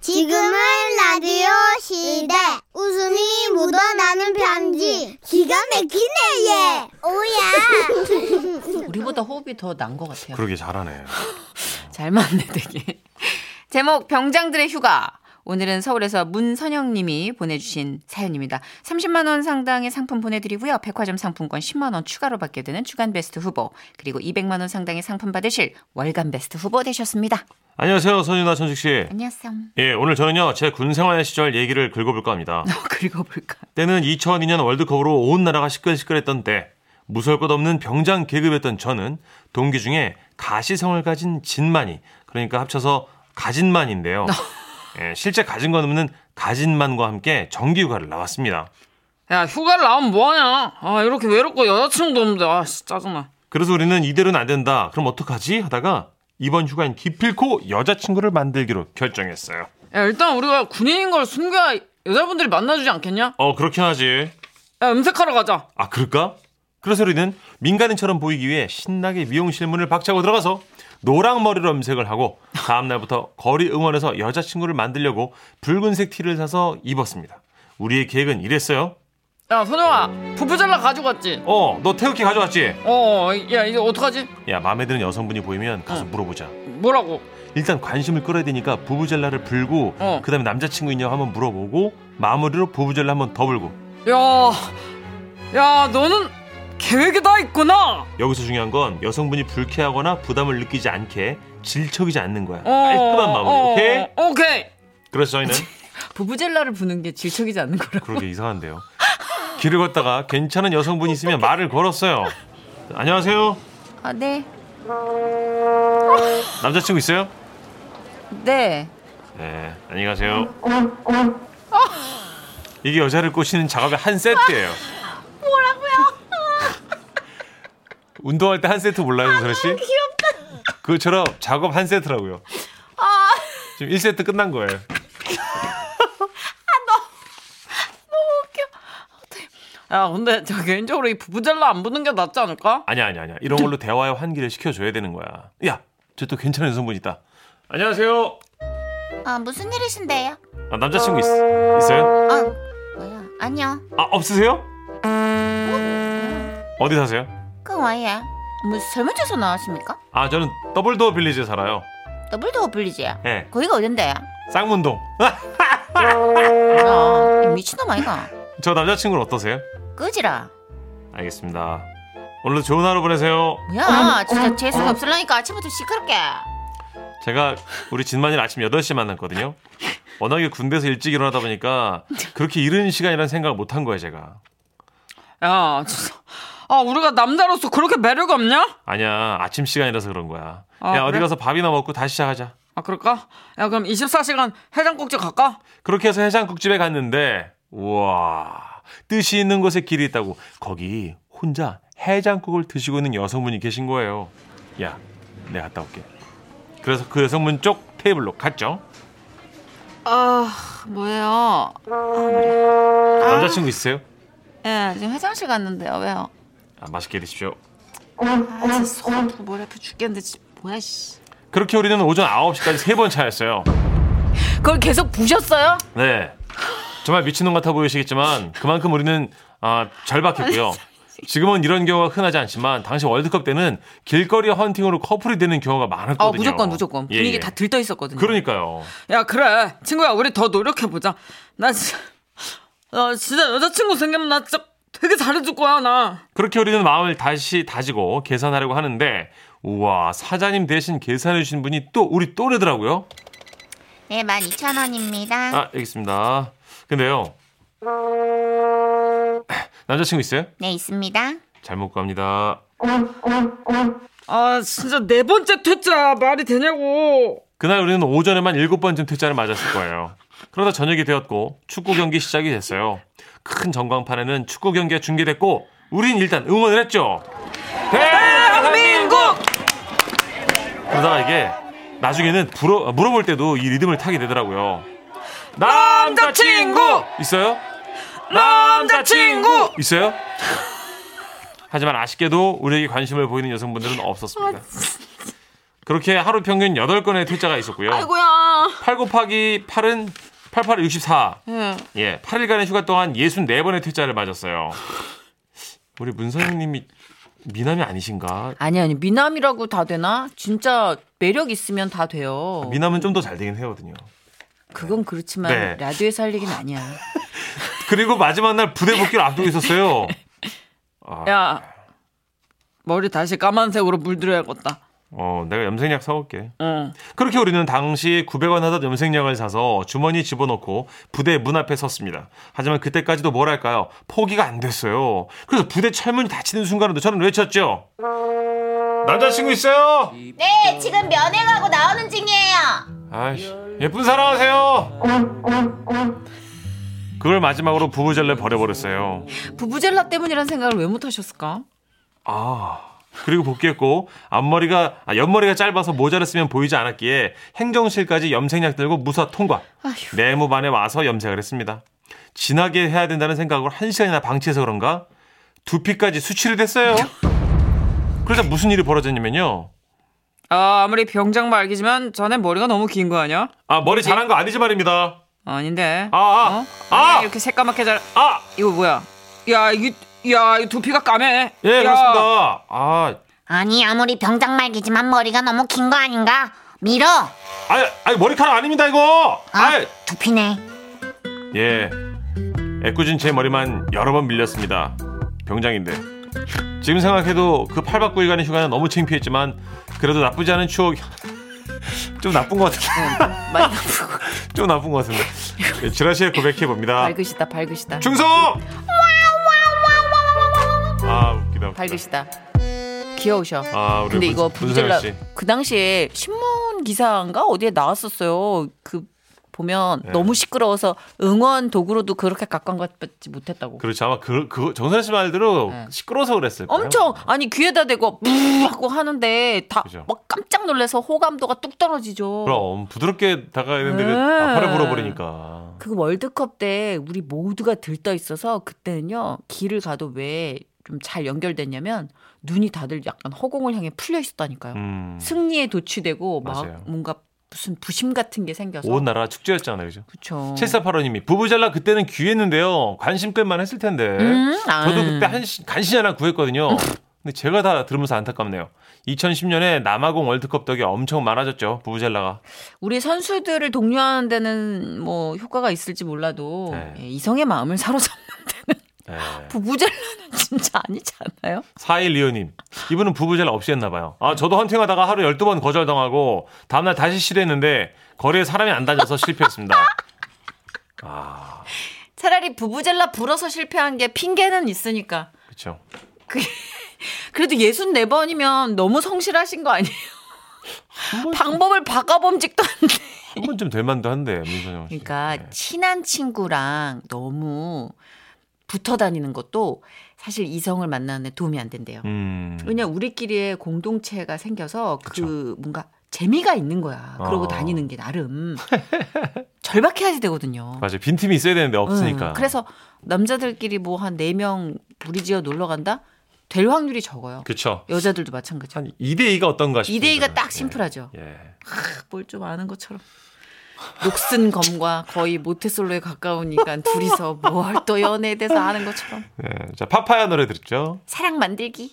지금은 라디오 시대. 웃음이 묻어나는 편지. 기가 막히네, 얘. 오야. 우리보다 호흡이 더 난 것 같아요. 그러게 잘하네. 잘 맞네 되게. 제목 병장들의 휴가. 오늘은 서울에서 문선영 님이 보내주신 사연입니다. 30만 원 상당의 상품 보내드리고요. 백화점 상품권 10만 원 추가로 받게 되는 주간 베스트 후보 그리고 200만 원 상당의 상품 받으실 월간 베스트 후보 되셨습니다. 안녕하세요, 선윤아 천식 씨. 안녕하세요. 예, 오늘 저는요 제 군생활 시절 얘기를 긁어볼까 합니다. 그리고 볼까. 때는 2002년 월드컵으로 온 나라가 시끌시끌했던 때 무서울 것 없는 병장 계급이었던 저는 동기 중에 가시성을 가진 진만이 그러니까 합쳐서 가진만인데요. 예, 실제 가진 건 없는 가진만과 함께 정기휴가를 나왔습니다. 야 휴가를 나오면 뭐하냐 아 이렇게 외롭고 여자친구도 없는데 아 진짜 짜증나 그래서 우리는 이대로는 안 된다. 그럼 어떡하지? 하다가 이번 휴가엔 기필코 여자친구를 만들기로 결정했어요. 야 일단 우리가 군인인 걸 숨겨야 여자분들이 만나주지 않겠냐 어, 그렇긴 하지. 야 음색하러 가자 아 그럴까? 그래서 우리는 민간인처럼 보이기 위해 신나게 미용실 문을 박차고 들어가서 노랑머리로 염색을 하고 다음날부터 거리 응원에서 여자친구를 만들려고 붉은색 티를 사서 입었습니다. 우리의 계획은 이랬어요. 야 선영아 부부 잘라 가지고 왔지 어, 너 태극기 가져왔지? 어야 이제 어떡하지 야, 마음에 드는 여성분이 보이면 가서 물어보자. 뭐라고 일단 관심을 끌어야 되니까 부부젤라를 불고 어. 그다음에 남자친구 있냐 한번 물어보고 마무리로 부부젤라 한번 더 불고 야야 너는 계획이 다 있구나 여기서 중요한 건 여성분이 불쾌하거나 부담을 느끼지 않게 질척이지 않는 거야. 어, 깔끔한 마무리. 어, 오케이? 오케이 그래서 저희는 부부젤라를 부는 게 질척이지 않는 거라고. 그러게 이상한데요. 길을 걷다가 괜찮은 여성분이 있으면 말을 걸었어요. 안녕하세요. 아 네. 남자친구 있어요? 네. 네. 안녕하세요. 이게 여자를 꼬시는 작업의 한 세트예요. 뭐라고요? 운동할 때 한 세트 몰라요, 선아 씨? 귀엽다. 아. 그처럼 작업 한 세트라고요. 지금 1세트 끝난 거예요. 야 근데 저 개인적으로 이 부부 잘라 안 붙는 게 낫지 않을까 아니야 아니야 아니야 이런 걸로 대화의 환기를 시켜줘야 되는 거야 야 저 또 괜찮은 여성분 있다 안녕하세요 아, 무슨 일이신데요? 아, 남자친구 있, 있어요? 아, 뭐야? 아니요. 아 없으세요? 어디 사세요? 그 와이에. 뭐 설문조사 나왔습니까? 아 저는 더블도어 빌리지에 살아요 더블도어 빌리지야. 예 거기가 어딘데요? 쌍문동 아, 이 미친놈 아이가. 저 남자친구는 어떠세요? 끄지라. 알겠습니다 오늘도 좋은 하루 보내세요 어, 뭐야? 진짜 재수가 없을라니까 아침부터 시끄럽게. 제가 우리 진만이를 아침 8시에 만났거든요 워낙에 군대에서 일찍 일어나다 보니까 그렇게 이른 시간이라는 생각을 못 한 거예요 제가 야 진짜 아 우리가 남자로서 그렇게 매력 없냐 아니야 아침 시간이라서 그런 거야 아, 야 어디 그래? 가서 밥이나 먹고 다시 시작하자 아 그럴까 야 그럼 24시간 해장국집 갈까 그렇게 해서 해장국집에 갔는데 우와 뜻이 있는 곳에 길이 있다고 거기 혼자 해장국을 드시고 있는 여성분이 계신 거예요 야 내가 갔다 올게 그래서 그 여성분 쪽 테이블로 갔죠 아 뭐예요? 남자친구 있으세요? 예 지금 화장실 갔는데요. 왜요? 아, 맛있게 드십시오 아 진짜 손 아프고 머리 아프 죽겠는데 진짜 뭐야 씨. 그렇게 우리는 오전 9시까지 세 번 차였어요 그걸 계속 부셨어요? 네 정말 미친놈 같아 보이시겠지만 그만큼 우리는 아, 절박했고요 지금은 이런 경우가 흔하지 않지만 당시 월드컵 때는 길거리 헌팅으로 커플이 되는 경우가 많았거든요 아 무조건 무조건 예, 분위기 예. 다 들떠 있었거든요. 그러니까요. 야 그래 친구야 우리 더 노력해 보자. 나 진짜 나 진짜 여자친구 생기면 나 진짜 되게 잘해줄 거야 나. 그렇게 우리는 마음을 다시 다지고 계산하려고 하는데 우와 사장님 대신 계산해 주신 분이 또 우리 또래더라고요. 네, 12,000원입니다. 아 여기 있습니다. 근데요 남자친구 있어요? 네, 있습니다. 잘 먹고 갑니다. 아 진짜 네 번째 퇴짜 말이 되냐고. 그날 우리는 오전에만 일곱 번쯤 퇴짜를 맞았을 거예요. 그러다 저녁이 되었고 축구 경기 시작이 됐어요. 큰 전광판에는 축구 경기가 중계됐고 우린 일단 응원을 했죠. 대한민국. 그러다가 이게 나중에는 불어- 물어볼 때도 이 리듬을 타게 되더라고요. 남자친구 있어요? 남자친구! 있어요? 하지만 아쉽게도 우리에게 관심을 보이는 여성분들은 없었습니다. 그렇게 하루 평균 8건의 퇴짜가 있었고요. 아이고야. 8 곱하기 8은 88, 64. 예. 예, 8일간의 휴가 동안 64번의 퇴짜를 맞았어요. 우리 문선생님이 미남이 아니신가? 아니 아니 미남이라고 다 되나? 진짜 매력 있으면 다 돼요. 미남은 좀 더 잘 되긴 하거든요. 그건 그렇지만 네. 라디오에서 할 얘기는 아니야. 그리고 마지막 날 부대 복귀를 앞두고 있었어요. 아, 야. 머리 다시 까만색으로 물들여야겠다. 어, 내가 염색약 사올게. 응. 그렇게 우리는 당시 900원 하던 염색약을 사서 주머니 집어넣고 부대 문 앞에 섰습니다. 하지만 그때까지도 뭐랄까요? 포기가 안 됐어요. 그래서 부대 철문이 닫히는 순간에도 저는 외쳤죠. 남자친구 있어요? 네, 지금 면회하고 나오는 중이에요. 아이씨, 예쁜 사랑하세요. 그걸 마지막으로 부부절레 버려버렸어요. 부부젤라 때문이란 생각을 왜 못 하셨을까? 아. 그리고 복귀했고 앞머리가 아, 옆머리가 짧아서 모자를 쓰면 보이지 않았기에 행정실까지 염색약 들고 무사 통과. 아휴. 네모반에 와서 염색을 했습니다. 진하게 해야 된다는 생각으로 한 시간이나 방치해서 그런가 두피까지 수치를 됐어요. 그러자 무슨 일이 벌어졌냐면요. 아, 아무리 병장 말기지만 전에 머리가 너무 긴 거 아니야? 아 머리 잘한 거 아니지 말입니다. 아닌데. 아, 아, 어? 아! 이렇게 새까맣게 잘. 아, 이거 뭐야? 야, 이게 야, 이 두피가 까매. 예 야. 그렇습니다. 아, 아니, 아무리 병장 말기지만 머리가 너무 긴 거 아닌가? 밀어. 아니, 아니 머리카락 아닙니다 이거. 아, 이 두피네. 예, 애꿎은 제 머리만 여러 번 밀렸습니다. 병장인데. 지금 생각해도 그 8박 9일간의 휴가는 너무 창피했지만 그래도 나쁘지 않은 추억. 좀 나쁜 것 같은데. 어, 많이 나쁘고 좀 나쁜 것 같은데. 예, 지라시에 고백해 봅니다. 밝으시다 밝으시다 충성! 아 웃기다. 웃기다. 밝으시다 귀여우셔. 아 우리 근데 문- 이거 문세윤 부부젤라 씨. 그 당시에 신문 기사인가 어디에 나왔었어요. 그 보면 너무 시끄러워서 응원 도구로도 그렇게 가까운것지 못했다고. 그렇지 그렇죠. 아마 그그 정선 씨 말대로 시끄러워서 그랬을 거예요. 네. 엄청 아니 귀에다 대고 뿌 하고 하는데 다 그죠. 막 깜짝 놀래서 호감도가 뚝 떨어지죠. 그럼 부드럽게 다가야 되는데 왜 네. 나팔을 불어버리니까. 그 월드컵 때 우리 모두가 들떠 있어서 그때는요 길을 가도 왜 좀 잘 연결됐냐면 눈이 다들 약간 허공을 향해 풀려 있었다니까요. 음. 승리에 도취되고 막 맞아요. 뭔가 무슨 부심 같은 게 생겨서 어. 온 나라 축제였잖아요, 그죠? 그쵸. 7485님이 부부젤라 그때는 귀했는데요. 관심 끌만 했을 텐데. 음, 아. 저도 그때 한 시- 간신히 하나 구했거든요. 근데 제가 다 들으면서 안타깝네요. 2010년에 남아공 월드컵 덕에 엄청 많아졌죠, 부부젤라가. 음. 우리 선수들을 독려하는 데는 뭐 효과가 있을지 몰라도 네. 예, 이성의 마음을 사로잡는 데는 네. 부부젤라는 진짜 아니지 않나요? 4125님. 이분은 부부젤라 없이 했나봐요. 아, 저도 헌팅하다가 하루 12번 거절당하고, 다음날 다시 시도했는데, 거리에 사람이 안 다녀서 실패했습니다. 아, 차라리 부부젤라 불어서 실패한 게 핑계는 있으니까. 그쵸. 그래도 64번이면 너무 성실하신 거 아니에요? 방법을 바꿔봄직도 한데. 한 번쯤 될 만도 한데, 민선영 씨. 그러니까 네. 친한 친구랑 너무 붙어 다니는 것도 사실 이성을 만나는 데 도움이 안 된대요. 음. 왜냐 우리끼리의 공동체가 생겨서 그 뭔가 재미가 있는 거야. 그러고 어. 다니는 게 나름 절박해야지 되거든요. 맞아요. 빈틈이 있어야 되는데, 없으니까. 응. 음, 그래서 남자들끼리 뭐 한 네 명 무리지어 놀러 간다? 될 확률이 적어요. 그쵸. 여자들도 마찬가지죠. 한 2대2가 어떤가 싶어요. 2대2가 딱 심플하죠. 예. 예. 뭘 좀 아는 것처럼. 녹슨 검과 거의 모태솔로에 가까우니까 뭐 둘이서 뭘 또 연애에 대해서 아는 것처럼. 네. 자, 파파야 예. 노래 들었죠? 사랑 만들기.